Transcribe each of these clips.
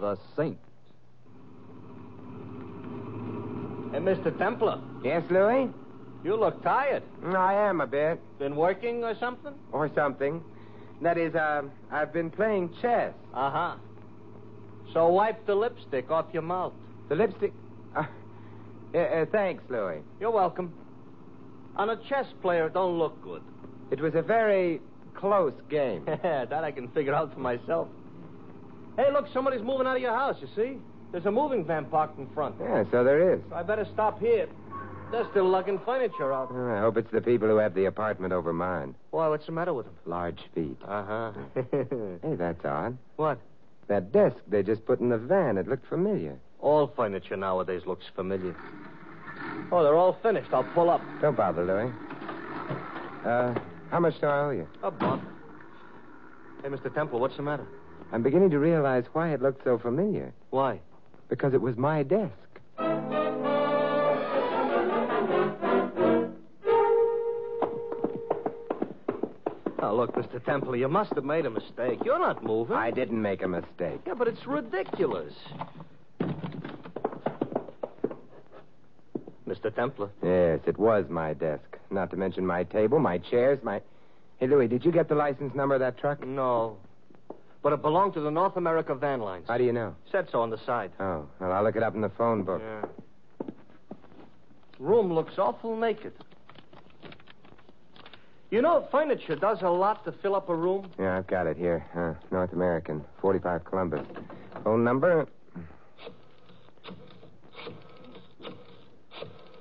the Saint. Hey, Mr. Templar, Yes, Louis? you look tired. I am a bit. Been working or something? Or something. That is, uh, I've been playing chess. Uh huh. So wipe the lipstick off your mouth. The lipstick. Uh, uh, uh, thanks, Louis. You're welcome. On a chess player, it don't look good. It was a very close game. that I can figure out for myself. Hey, look, somebody's moving out of your house, you see? There's a moving van parked in front. yeah, so there is. So I better stop here. They're still lugging furniture out. Oh, I hope it's the people who have the apartment over mine. Why, what's the matter with them? Large feet. Uh huh. Hey, that's odd. what? That desk they just put in the van, it looked familiar. All furniture nowadays looks familiar. Oh, they're all finished. I'll pull up. Don't bother, Louis. Uh, how much do I owe you? A bump. Hey, Mr. Temple, what's the matter? I'm beginning to realize why it looked so familiar. Why? Because it was my desk. Now, look, Mr. Temple, you must have made a mistake. You're not moving. I didn't make a mistake. Yeah, but it's ridiculous. Mr. Templar. Yes, it was my desk. Not to mention my table, my chairs, my. Hey, Louis, did you get the license number of that truck? No. But it belonged to the North America Van Lines. How do you know? Said so on the side. Oh, well, I'll look it up in the phone book. Yeah. Room looks awful naked. You know, furniture does a lot to fill up a room. Yeah, I've got it here. Uh, North American, 45 Columbus. Phone number?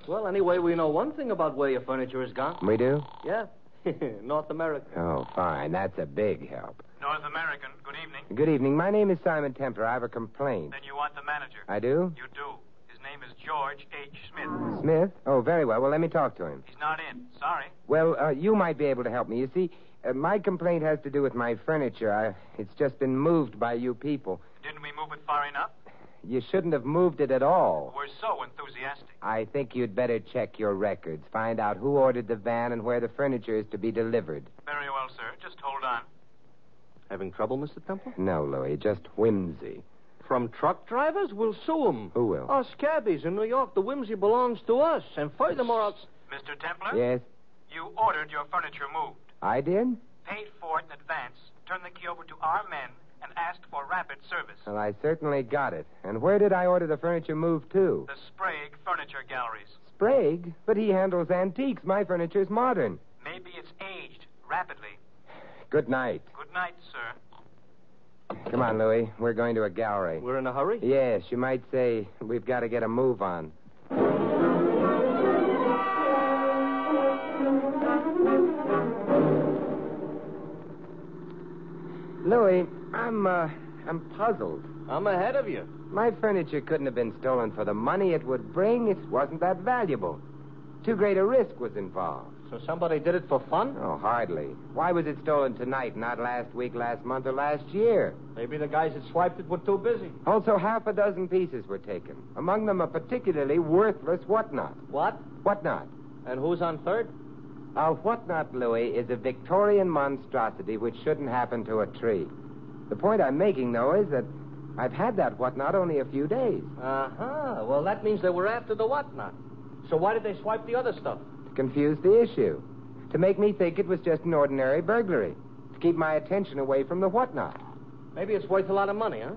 Well, anyway, we know one thing about where your furniture is gone. We do? Yeah. North America. Oh, fine. That's a big help. North American, good evening. Good evening. My name is Simon Templar. I have a complaint. Then you want the manager. I do? You do. His name is George H. Smith. Smith? Oh, very well. Well, let me talk to him. He's not in. Sorry. Well, uh, you might be able to help me. You see, uh, my complaint has to do with my furniture. I, it's just been moved by you people. Didn't we move it far enough? You shouldn't have moved it at all. We're so enthusiastic. I think you'd better check your records, find out who ordered the van and where the furniture is to be delivered. Very well, sir. Just hold on. Having trouble, Mr. Temple? No, Louis, just whimsy. From truck drivers? We'll sue them. Who will? Us cabbies in New York. The whimsy belongs to us. And furthermore, I'll... Mr. Templar? Yes, You ordered your furniture moved. I did? Paid for it in advance. Turned the key over to our men and asked for rapid service. Well, I certainly got it. And where did I order the furniture moved to? The Sprague Furniture Galleries. Sprague? But he handles antiques. My furniture's modern. Maybe it's aged rapidly. Good night. Good night, sir. Come on, Louis. We're going to a gallery. We're in a hurry? Yes, you might say we've got to get a move on. Louis, I'm uh, I'm puzzled. I'm ahead of you. My furniture couldn't have been stolen for the money it would bring. It wasn't that valuable. Too great a risk was involved. So somebody did it for fun? Oh, hardly. Why was it stolen tonight, not last week, last month, or last year? Maybe the guys that swiped it were too busy. Also, half a dozen pieces were taken. Among them a particularly worthless whatnot. What? Whatnot? And who's on third? A whatnot, Louis, is a Victorian monstrosity which shouldn't happen to a tree. The point I'm making, though, is that I've had that whatnot only a few days Uh-huh. Well, that means they were after the whatnot. So why did they swipe the other stuff? to confuse the issue, to make me think it was just an ordinary burglary, to keep my attention away from the whatnot. Maybe it's worth a lot of money, huh?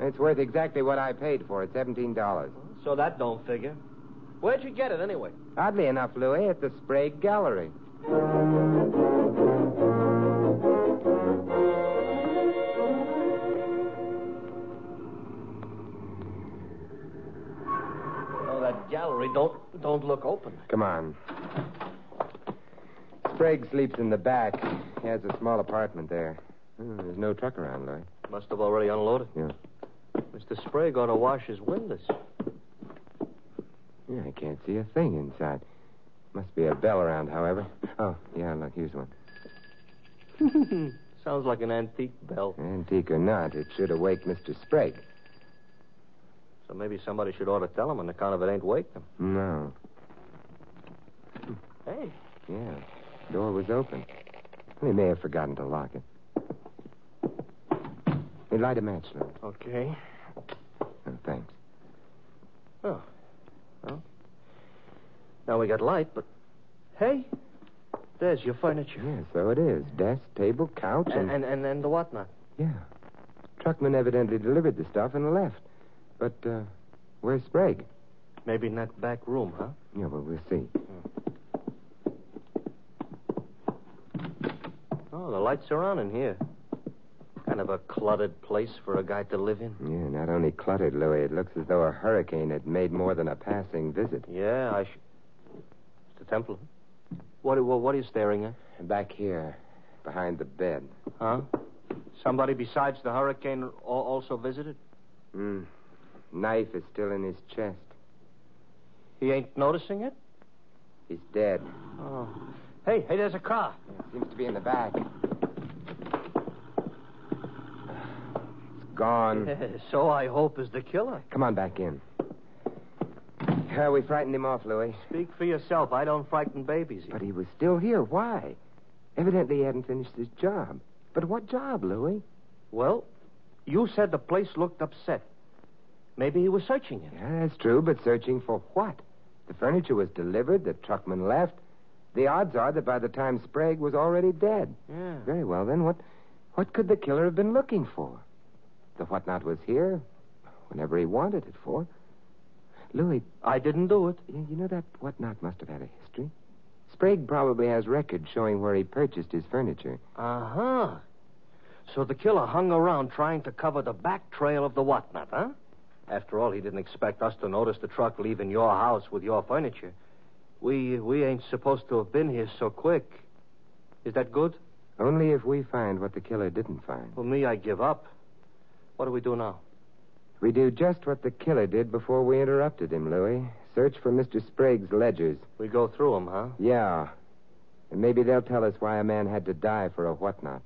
It's worth exactly what I paid for it, $17. So that don't figure. Where'd you get it anyway? Oddly enough, Louis, at the Sprague Gallery. Oh, that gallery don't don't look open. Come on. Sprague sleeps in the back. He has a small apartment there. Hmm, there's no Oh, truck around, Louis. Must have already unloaded. Yeah. Mr. Sprague ought to wash his windows. Yeah, I can't see a thing inside. Must be a bell around, however. Oh, yeah, look, here's one. Sounds like an antique bell. Antique or not, it should awake Mr. Sprague. So maybe somebody should ought to tell him on account of it ain't waked him. No. Hey, Yeah. Door was open. He may have forgotten to lock it. Hey, light a match, Lou. okay. Oh, thanks. Now we got light, but hey, there's your furniture. Yeah, so it is. Desk, table, couch, And, and, and, and the whatnot. Yeah. Truckman evidently delivered the stuff and left. But, uh, where's Sprague? Maybe in that back room, huh? Yeah, well, we'll see. Oh, the lights are on in here. Kind of a cluttered place for a guy to live in. Yeah, not only cluttered, Louis, it looks as though a hurricane had made more than a passing visit. Yeah, I should. Mr. Temple, what, what, what are you staring at? Back here, behind the bed. Huh? Somebody besides the hurricane al- also visited? Mm. Knife is still in his chest. He ain't noticing it? He's dead. Oh. Hey, hey, there's a car. Seems to be in the back. It's gone. so I hope is the killer. Come on back in. Yeah, we frightened him off, Louis. Speak for yourself. I don't frighten babies. But he was still here. Why? Evidently he hadn't finished his job. But what job, Louis? Well, you said the place looked upset. Maybe he was searching it. Yeah, that's true, but searching for what? The furniture was delivered, the truckman left. The odds are that by the time Sprague was already dead. Yeah. Very well, then what what could the killer have been looking for? The whatnot was here whenever he wanted it for. Louis, I didn't do it. you you know that whatnot must have had a history. Sprague probably has records showing where he purchased his furniture. Uh huh. So the killer hung around trying to cover the back trail of the whatnot, huh? After all, he didn't expect us to notice the truck leaving your house with your furniture. We we ain't supposed to have been here so quick. Is that good? Only if we find what the killer didn't find. For me, I give up. What do we do now? We do just what the killer did before we interrupted him, Louis. Search for Mr. Sprague's ledgers. We go through them, huh? Yeah. And maybe they'll tell us why a man had to die for a whatnot.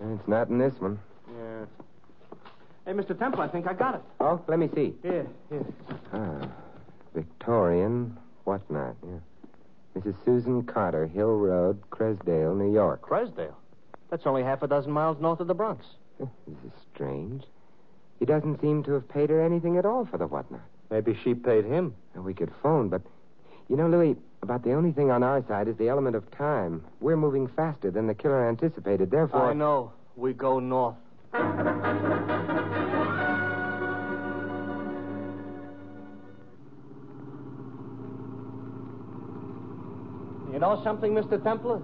It's not in this one. Yeah. Hey, Mr. Temple, I think I got it. Oh, let me see. Here, here. Ah, Victorian whatnot, yeah. Mrs. Susan Carter, Hill Road, Cresdale, New York. Cresdale. That's only half a dozen miles north of the Bronx. Huh, This is strange. He doesn't seem to have paid her anything at all for the whatnot. Maybe she paid him. Now, We could phone, but you know, Louis, about the only thing on our side is the element of time. We're moving faster than the killer anticipated. Therefore, I know. We go north. You know something, Mr. Templar?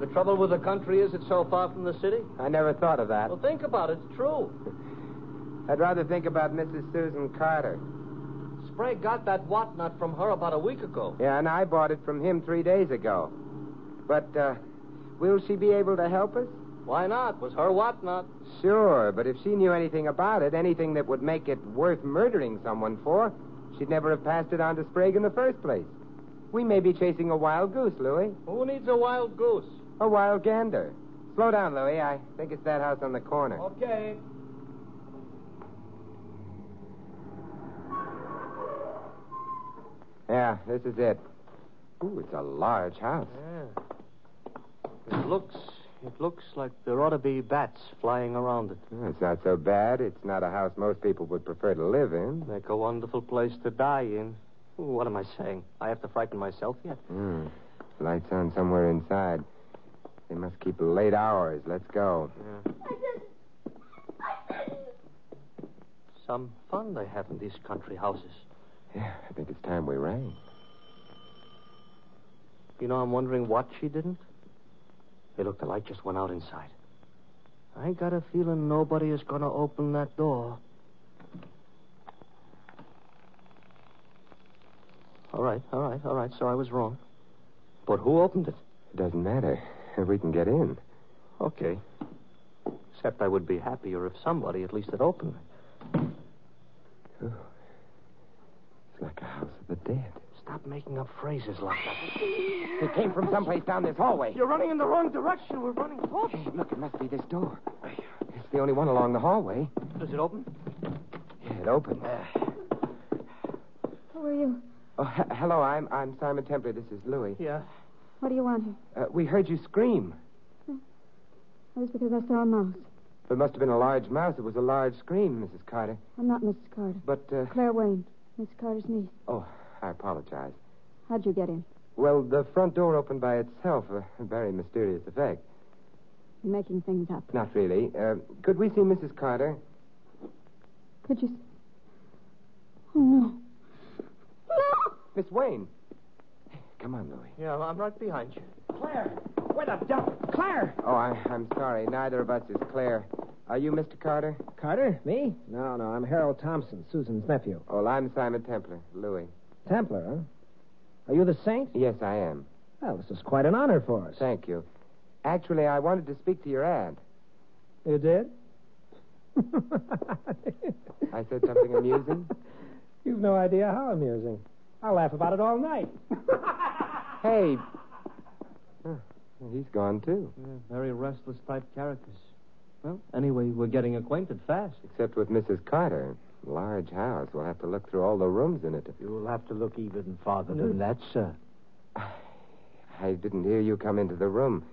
The trouble with the country is it's so far from the city. I never thought of that. Well, think about it. It's true. I'd rather think about Mrs. Susan Carter. Sprague got that whatnot from her about a week ago. Yeah, and I bought it from him three days ago. But uh, will she be able to help us? Why not? It was her whatnot. Sure, but if she knew anything about it, anything that would make it worth murdering someone for, she'd never have passed it on to Sprague in the first place. We may be chasing a wild goose, Louis. Who needs a wild goose? A wild gander. Slow down, Louis. I think it's that house on the corner. Okay. Yeah, this is it. Ooh, it's a large house. Yeah. It looks it looks like there ought to be bats flying around it. Well, It's not so bad. It's not a house most people would prefer to live in. Make a wonderful place to die in. Ooh, What am I saying? I have to frighten myself yet. Hmm. Lights on somewhere inside. They must keep late hours. Let's go. Some fun they have in these country houses. Yeah, I think it's time we rang. You know, I'm wondering what she didn't. Hey, look, the light just went out inside. I got a feeling nobody is going to open that door. All right, all right, all right. So I was wrong. But who opened it? Doesn't matter. We can get in. Okay. Except I would be happier if somebody at least had opened it. It's like a house of the dead. Stop making up phrases like that. It came from someplace down this hallway. You're running in the wrong direction. We're running close. Hey, look, it must be this door. It's the only one along the hallway. Does it open? Yeah, it opened. Uh. Who are you? Oh, he- hello. I'm I'm Simon Templer. This is Louis. Yeah. What do you want here? Uh, we heard you scream. It was because I saw a mouse. It must have been a large mouse. It was a large scream, Mrs. Carter. I'm not Mrs. Carter. But uh, Claire Wayne, Miss Carter's niece. oh, I apologize. How'd you get in? Well, the front door opened by itself. A very mysterious effect. You're making things up. Not really. Uh, could we see Mrs. Carter? Could you? Oh no. No. Miss Wayne. Come on, Louis. Yeah, I'm right behind you. Oh, I, I'm sorry. Neither of us is Claire. Are you Mr. Carter? Carter? Me? No, no, I'm Harold Thompson, Susan's nephew. Oh, well, I'm Simon Templer. Louis. Templar, huh? Are you the saint? Yes, I am. Well, this is quite an honor for us. Thank you. Actually, I wanted to speak to your aunt. You did? I said something amusing? You've no idea how amusing. I'll laugh about it all night. Hey. Huh, he's gone, too. very restless type characters. Well, anyway, we're getting acquainted fast. Except with Mrs. Carter. Large house. We'll have to look through all the rooms in it. You'll have to look even farther than that, sir. I didn't hear you come into the room.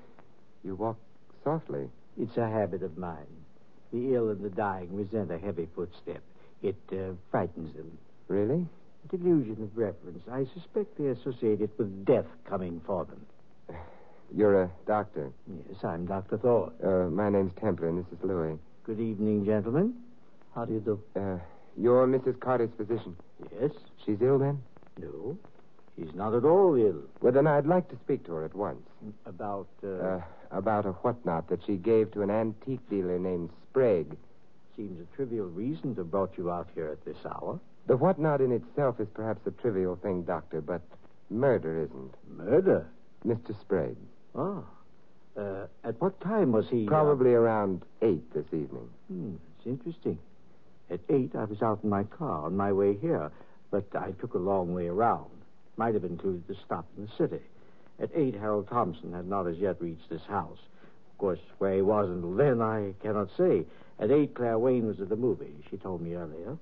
You walked softly. It's a habit of mine. The ill and the dying resent a heavy footstep. It uh, frightens them. Really? A delusion of reverence. I suspect they associate it with death coming for them. You're a doctor. Yes, I'm Dr. Thor. Uh, my name's Templar, and this is Louis. Good evening, gentlemen. How do you do? Uh, you're Mrs. Carter's physician. Yes? She's ill, then? No? She's not at all ill. Well, then I'd like to speak to her at once. About, uh, Uh, about a whatnot that she gave to an antique dealer named Sprague. seems a trivial reason to have brought you out here at this hour. The whatnot in itself is perhaps a trivial thing, Doctor, but murder isn't. Murder? Mr. Sprague. Oh. Uh, at what time was he? uh, Probably around eight this evening. Hmm, it's interesting. At eight, I was out in my car on my way here, but I took a long way around. Might have included a stop in the city. At eight, Harold Thompson had not as yet reached this house. Of course, where he was until then, I cannot say. At eight, Claire Wayne was at the movie. She told me earlier.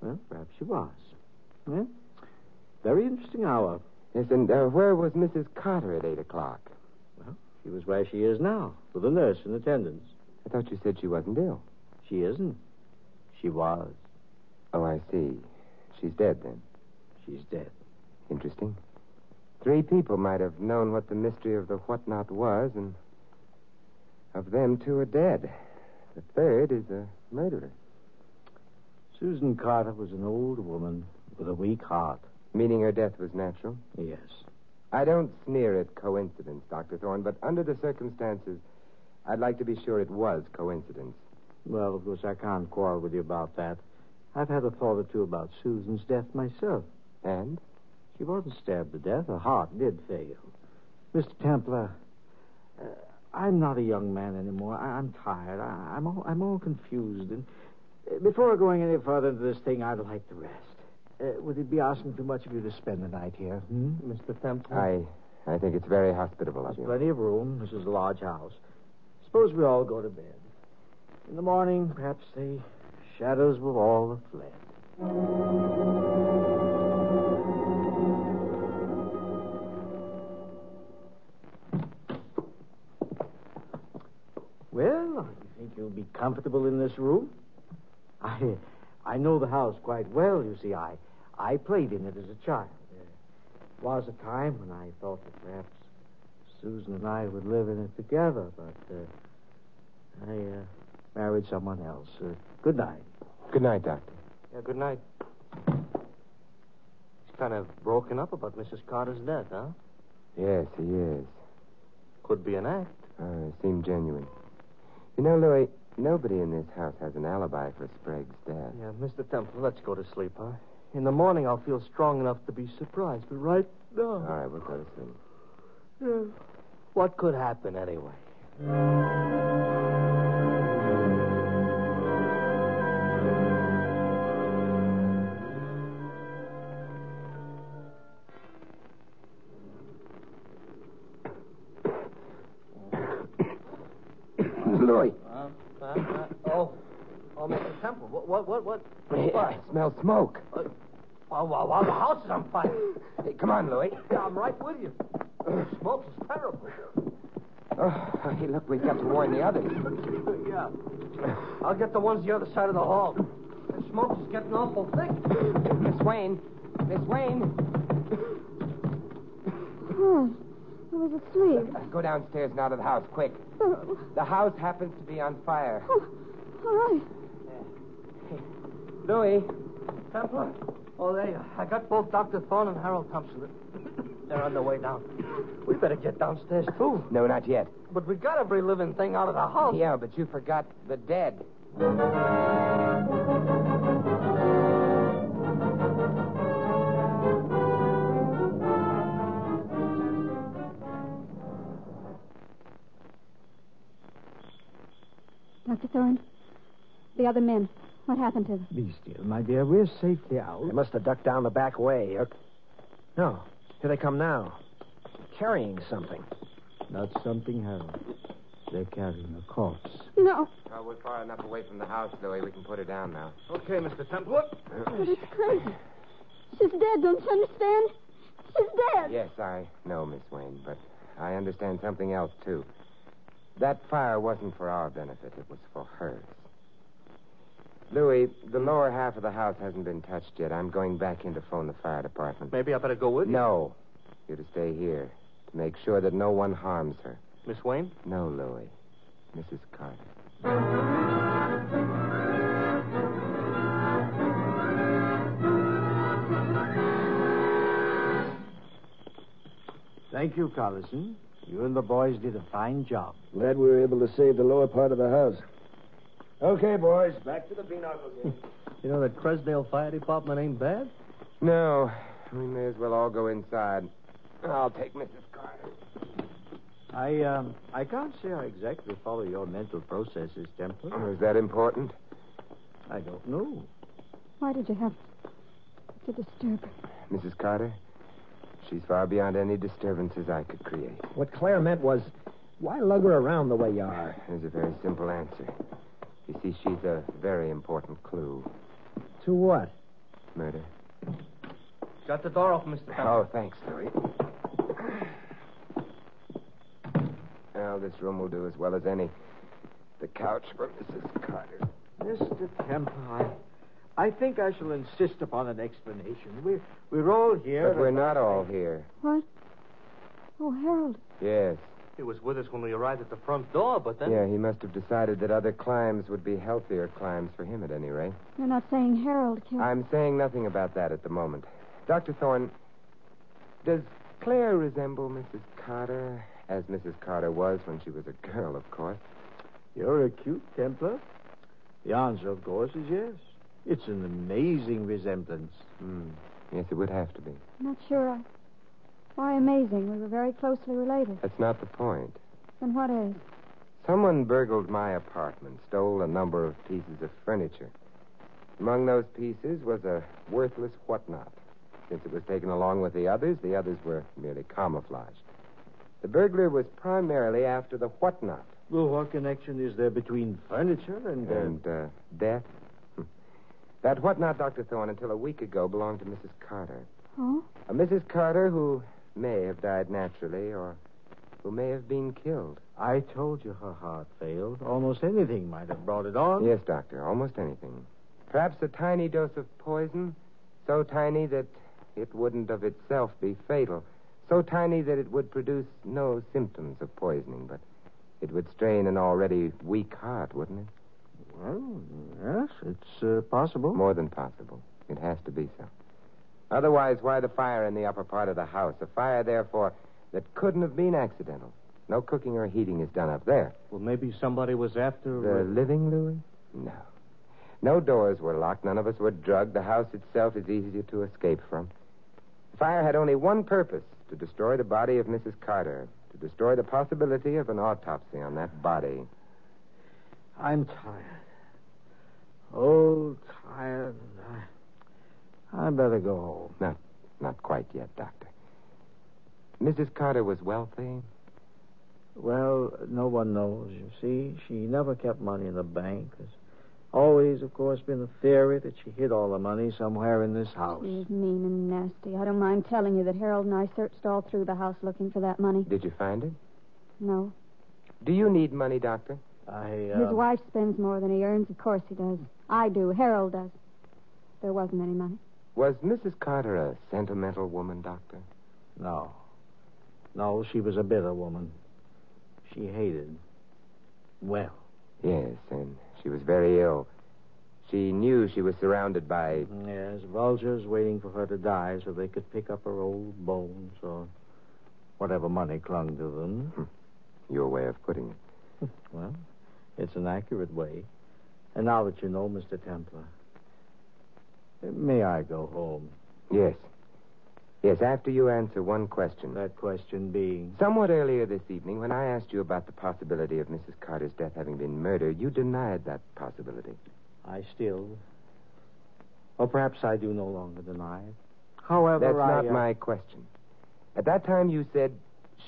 Well, perhaps she was. Well, very interesting hour. Yes, and uh, where was Mrs. Carter at eight o'clock? She was where she is now, with a nurse in attendance. I thought you said she wasn't ill. She isn't. She was. Oh, I see. She's dead then. She's dead. Interesting. Three people might have known what the mystery of the whatnot was, and of them, two are dead. The third is a murderer. Susan Carter was an old woman with a weak heart. Meaning her death was natural. Yes. I don't sneer at coincidence, Dr. Thorne, but under the circumstances, I'd like to be sure it was coincidence. Well, of course, I can't quarrel with you about that. I've had a thought or two about Susan's death myself. And? She wasn't stabbed to death. Her heart did fail. Mr. Templar, uh, I'm not a young man anymore. I- I'm tired. I- I'm, all- I'm all confused. And uh, before going any further into this thing, I'd like to rest. Uh, would it be asking too much of you to spend the night here, hmm, Mr. Templar? I I think it's very hospitable of you. There's plenty of room. This is a large house. Suppose we all go to bed. In the morning, perhaps the shadows will all have fled. Well, I think you'll be comfortable in this room. I, I know the house quite well. You see, I, I played in it as a child. There was a time when I thought that perhaps Susan and I would live in it together, but uh, I uh, married someone else. Uh, good night. Good night, Doctor. Yeah, good night. He's kind of broken up about Mrs. Carter's death, huh? Yes, he is. Could be an act. Uh, it seemed genuine. You know, Louis, nobody in this house has an alibi for Sprague's death. Yeah, Mr. Temple, let's go to sleep, huh? In the morning, I'll feel strong enough to be surprised, but right All now. right, we'll go to sleep. What could happen anyway? Louis. Uh, oh, oh, Mr. Temple, what, what, what, what? Uh, I smell smoke. Wow, wow, wow, the house is on fire. Hey, come on, Louis. I'm right with you. Smoke is terrible. Oh, hey, look, we've got to warn the others. yeah. I'll get the ones the other side of the hall. The smoke is getting awful thick. Miss Wayne. Miss Wayne. Oh, I was asleep. Go downstairs and out of the house, quick. Oh, The house happens to be on fire. oh, all right. Louis. Temple? Oh, there you are. I got both Dr. Thorne and Harold Thompson. They're on their way down. We better get downstairs, too. No, not yet. But we got every living thing out of the house. Yeah, but you forgot the dead. Dr. Thorne, the other men, what happened to them? Be still, my dear. We're safely out. They must have ducked down the back way. Or- No. Here they come now. Carrying something. Not something, Harold. They're carrying a corpse. No, Oh, we're far enough away from the house, Louis. We can put her down now. Okay, Mr. Temple. but it's crazy. She's dead, don't you understand? She's dead. Yes, I know, Miss Wayne, but I understand something else, too. That fire wasn't for our benefit, it was for hers. Louis, the lower half of the house hasn't been touched yet. I'm going back in to phone the fire department. Maybe I better go with you. No. You're to stay here to make sure that no one harms her. Miss Wayne? No, Louis. Mrs. Carter. Thank you, Collison. You and the boys did a fine job. Glad we were able to save the lower part of the house. Okay, boys, back to the Beanoggles again. You know that Cresdale Fire Department ain't bad? No. We may as well all go inside. I'll take Mrs. Carter. I um, I can't say I exactly follow your mental processes, Oh, Temple. Hmm. is that important? I don't know. Why did you have to disturb her? Mrs. Carter, she's far beyond any disturbances I could create. What Claire meant was, why lug her around the way you are? Ah, There's a very simple answer. You see, she's a very important clue. To what? Murder. Got the door open, Mr. Temple. Oh, thanks, Louis. Well, this room will do as well as any. The couch for Mrs. Carter. Mr. Temple, I, I think I shall insist upon an explanation. We're, we're all here. But we're not all here. What? Oh, Harold. Yes. He was with us when we arrived at the front door, but then. Yeah, he must have decided that other climbs would be healthier climbs for him at any rate. You're not saying Harold killed. I'm saying nothing about that at the moment. Dr. Thorne, does Claire resemble Mrs. Carter? As Mrs. Carter was when she was a girl, of course. You're acute, Templar. The answer, of course, is yes. It's an amazing resemblance. Hmm. Yes, it would have to be. Not sure. I... Why amazing? We were very closely related. That's not the point. Then what is? Someone burgled my apartment, stole a number of pieces of furniture. Among those pieces was a worthless whatnot. Since it was taken along with the others, the others were merely camouflaged. The burglar was primarily after the whatnot Well, what connection is there between furniture and. and uh, death. Hmm. That whatnot, Dr. Thorne, until a week ago belonged to Mrs. Carter. Oh? A Mrs. Carter who may have died naturally or who may have been killed. I told you her heart failed. Almost anything might have brought it on. Yes, Doctor, almost anything. Perhaps a tiny dose of poison, so tiny that it wouldn't of itself be fatal, so tiny that it would produce no symptoms of poisoning, but it would strain an already weak heart, wouldn't it? Well, yes, it's uh, possible. More than possible. It has to be so. Otherwise, why the fire in the upper part of the house? A fire, therefore, that couldn't have been accidental. No cooking or heating is done up there. Well, maybe somebody was The after. living, Louis? No. No doors were locked. None of us were drugged. The house itself is easier to escape from. The fire had only one purpose to destroy the body of Mrs. Carter, to destroy the possibility of an autopsy on that body. I'm tired. Oh, tired. I, I better go home. Not quite yet, Doctor. Mrs. Carter was wealthy. Well, no one knows, you see. She never kept money in the bank. It's always, of course, been the theory that she hid all the money somewhere in this house. He's mean and nasty. I don't mind telling you that Harold and I searched all through the house looking for that money. Did you find it? No. Do you need money, Doctor? I, His uh, wife spends more than he earns. Of course he does. I do. Harold does. There wasn't any money. Was Mrs. Carter a sentimental woman, Doctor? No. No, she was a bitter woman. She hated. Well, Yes, and she was very ill. She knew she was surrounded by. yes, vultures waiting for her to die so they could pick up her old bones or whatever money clung to them. Your way of putting it. Well, it's an accurate way. And now that you know, Mr. Templar, may I go home? Yes. Yes, after you answer one question. That question being, Somewhat earlier this evening, when I asked you about the possibility of Mrs. Carter's death having been murder, you denied that possibility. I still, or perhaps I do no longer deny it. However, That's I, not uh, my question. At that time, you said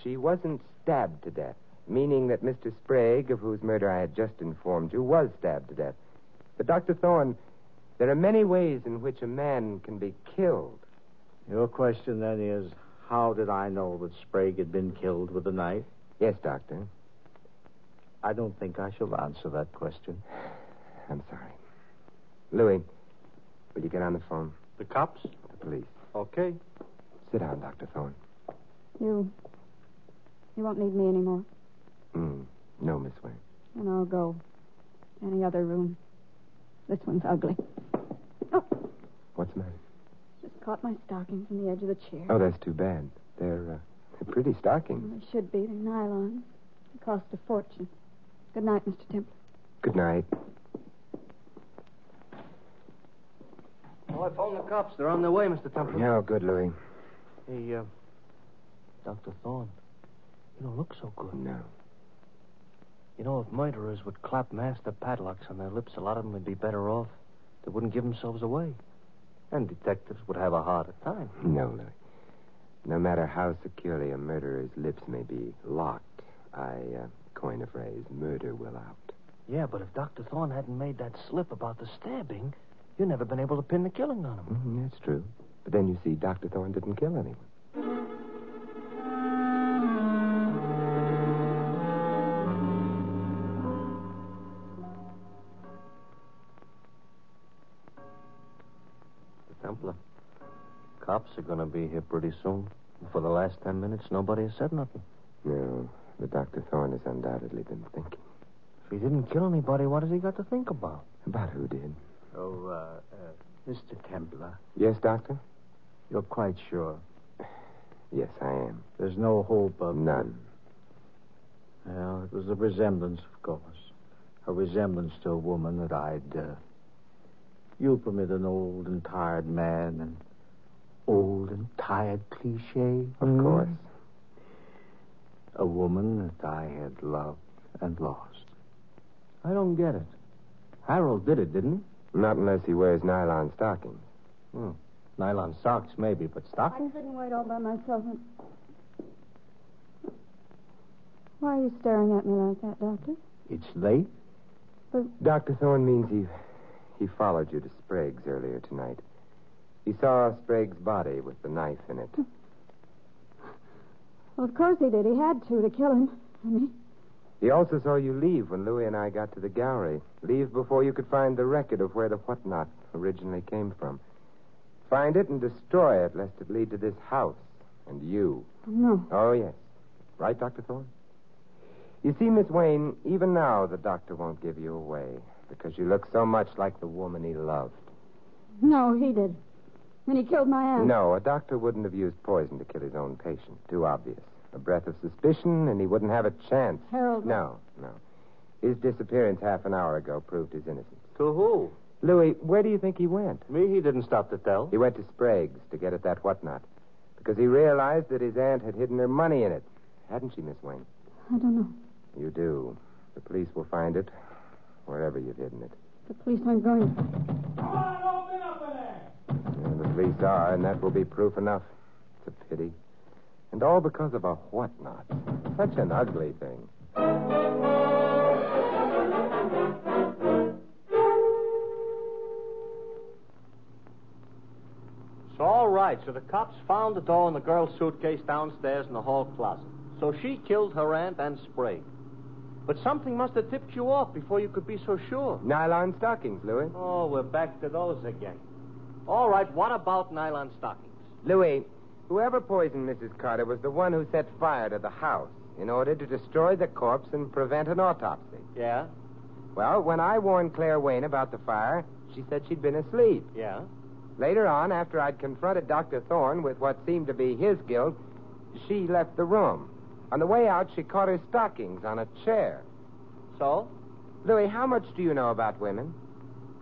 she wasn't stabbed to death, meaning that Mr. Sprague, of whose murder I had just informed you, was stabbed to death. But, Dr. Thorne, there are many ways in which a man can be killed. Your question then is, how did I know that Sprague had been killed with a knife? Yes, Doctor. I don't think I shall answer that question. I'm sorry. Louis, will you get on the phone? The cops? The police. Okay. Sit down, Dr. Thorne. You. You won't need me anymore. Mm. No, Miss Ware. And I'll go. Any other room. This one's ugly. Oh, What's the matter? just caught my stocking from the edge of the chair. Oh, that's too bad. They're, uh, they're pretty stockings. Well, They should be. They're nylon. They cost a fortune. Good night, Mr. Temple. Good night. Oh, I phoned the cops. They're on their way, Mr. Temple. No good, Louis. Hey, uh, Dr. Thorne, you don't look so good. No. You know, if murderers would clap master padlocks on their lips, a lot of them would be better off. They wouldn't give themselves away. And detectives would have a harder time. No, Louis. No matter how securely a murderer's lips may be locked, I uh, coin a phrase, murder will out. Yeah, but if Dr. Thorne hadn't made that slip about the stabbing, you'd never been able to pin the killing on him. Mm, that's true. But then you see, Dr. Thorne didn't kill anyone. The Templar. Cops are going to be here pretty soon. For the last ten minutes, nobody has said nothing. No, but Dr. Thorne has undoubtedly been thinking. If he didn't kill anybody, what has he got to think about? About who did? Oh, uh, uh, Mr. Templar, Yes, Doctor? you're quite sure Yes, I am. there's no hope of. None. Well, it was a resemblance, of course. A resemblance to a woman that I'd. Uh... You permit an old and tired man, an old and tired cliche? Of Mm-hmm. course. A woman that I had loved and lost. I don't get it. Harold did it, didn't Not unless he wears nylon stockings. he? Nylon socks, maybe, but I stockings? couldn't wait all by myself. Why are you staring at me like that, Doctor? It's late. Dr. Thorne means he, he followed you to Sprague's earlier tonight. He saw Sprague's body with the knife in it. Hmm. Well, of course he did. He had to to kill him. I mean, He also saw you leave when Louis and I got to the gallery. Leave before you could find the record of where the whatnot originally came from. Find it and destroy it, lest it lead to this house and you. no. Oh, yes. Right, Dr. Thorne? You see, Miss Wayne, even now the doctor won't give you away because you look so much like the woman he loved. No, he did. And he killed my aunt. No, a doctor wouldn't have used poison to kill his own patient. Too obvious. A breath of suspicion, and he wouldn't have a chance. Harold. No, no. His disappearance half an hour ago proved his innocence. To who? Louis, where do you think he went? Me, he didn't stop to tell. He went to Sprague's to get at that whatnot. because he realized that his aunt had hidden her money in it. Hadn't she, Miss Wayne? I don't know. You do. The police will find it, wherever you've hidden it. The police aren't going. And the police are, and that will be proof enough. It's a pity. And all because of a whatnot. Such an ugly thing. So, all right. So the cops found the dough in the girl's suitcase downstairs in the hall closet. So she killed her aunt and sprayed. But something must have tipped you off before you could be so sure. Nylon stockings, Louis. Oh, we're back to those again. All right, what about nylon stockings? Louis, whoever poisoned Mrs. Carter was the one who set fire to the house in order to destroy the corpse and prevent an autopsy. Yeah, Well, when I warned Claire Wayne about the fire, she said she'd been asleep. yeah. Later on, after I'd confronted Dr. Thorne with what seemed to be his guilt, she left the room. On the way out, she caught her stockings on a chair. So? Louis, how much do you know about women?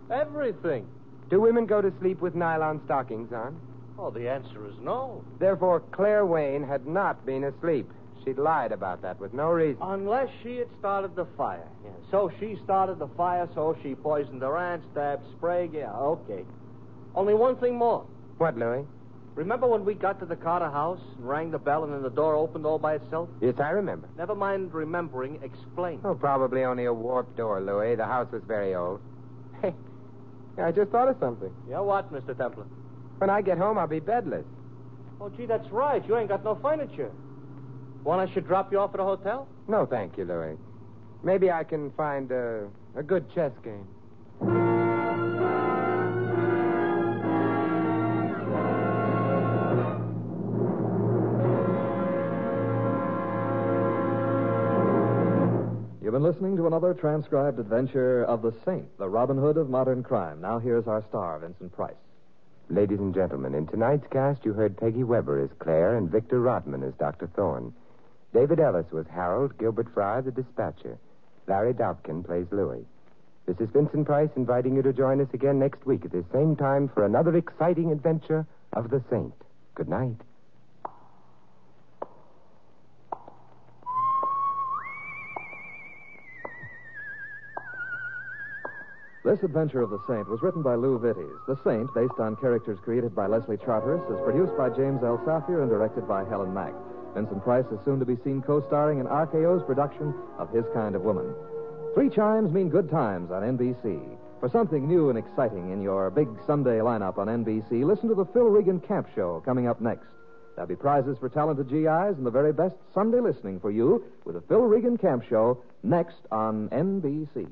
Everything. Do women go to sleep with nylon stockings on? Oh, the answer is no. Therefore, Claire Wayne had not been asleep. She'd lied about that with no reason. Unless she had started the fire. Yeah. So she started the fire, so she poisoned her aunt, stabbed Sprague. Yeah, okay. Only one thing more. What, Louis? Remember when we got to the Carter house and rang the bell and then the door opened all by itself? Yes, I remember. Never mind remembering, explain. Oh, probably only a warped door, Louis. The house was very old. Hey, I just thought of something. Yeah, what, Mr. Templar? When I get home, I'll be bedless. Oh, gee, that's right. You ain't got no furniture. Want I should drop you off at a hotel? No, thank you, Louis. Maybe I can find uh, a good chess game. You've been listening to another transcribed adventure of the Saint, the Robin Hood of modern crime. Now here's our star, Vincent Price. Ladies and gentlemen, in tonight's cast, you heard Peggy Weber as Claire and Victor Rodman as Dr. Thorne. David Ellis was Harold, Gilbert Fry, the dispatcher. Larry Dobkin plays Louis. This is Vincent Price inviting you to join us again next week at this same time for another exciting adventure of the Saint. Good night. This adventure of the Saint was written by Lou Vittes. The Saint, based on characters created by Leslie Charteris, is produced by James L. Safier and directed by Helen Mack. Vincent Price is soon to be seen co-starring in RKO's production of His Kind of Woman. Three chimes mean good times on NBC. For something new and exciting in your big Sunday lineup on NBC, listen to the Phil Regan Camp Show coming up next. There'll be prizes for talented GIs and the very best Sunday listening for you with the Phil Regan Camp Show next on NBC.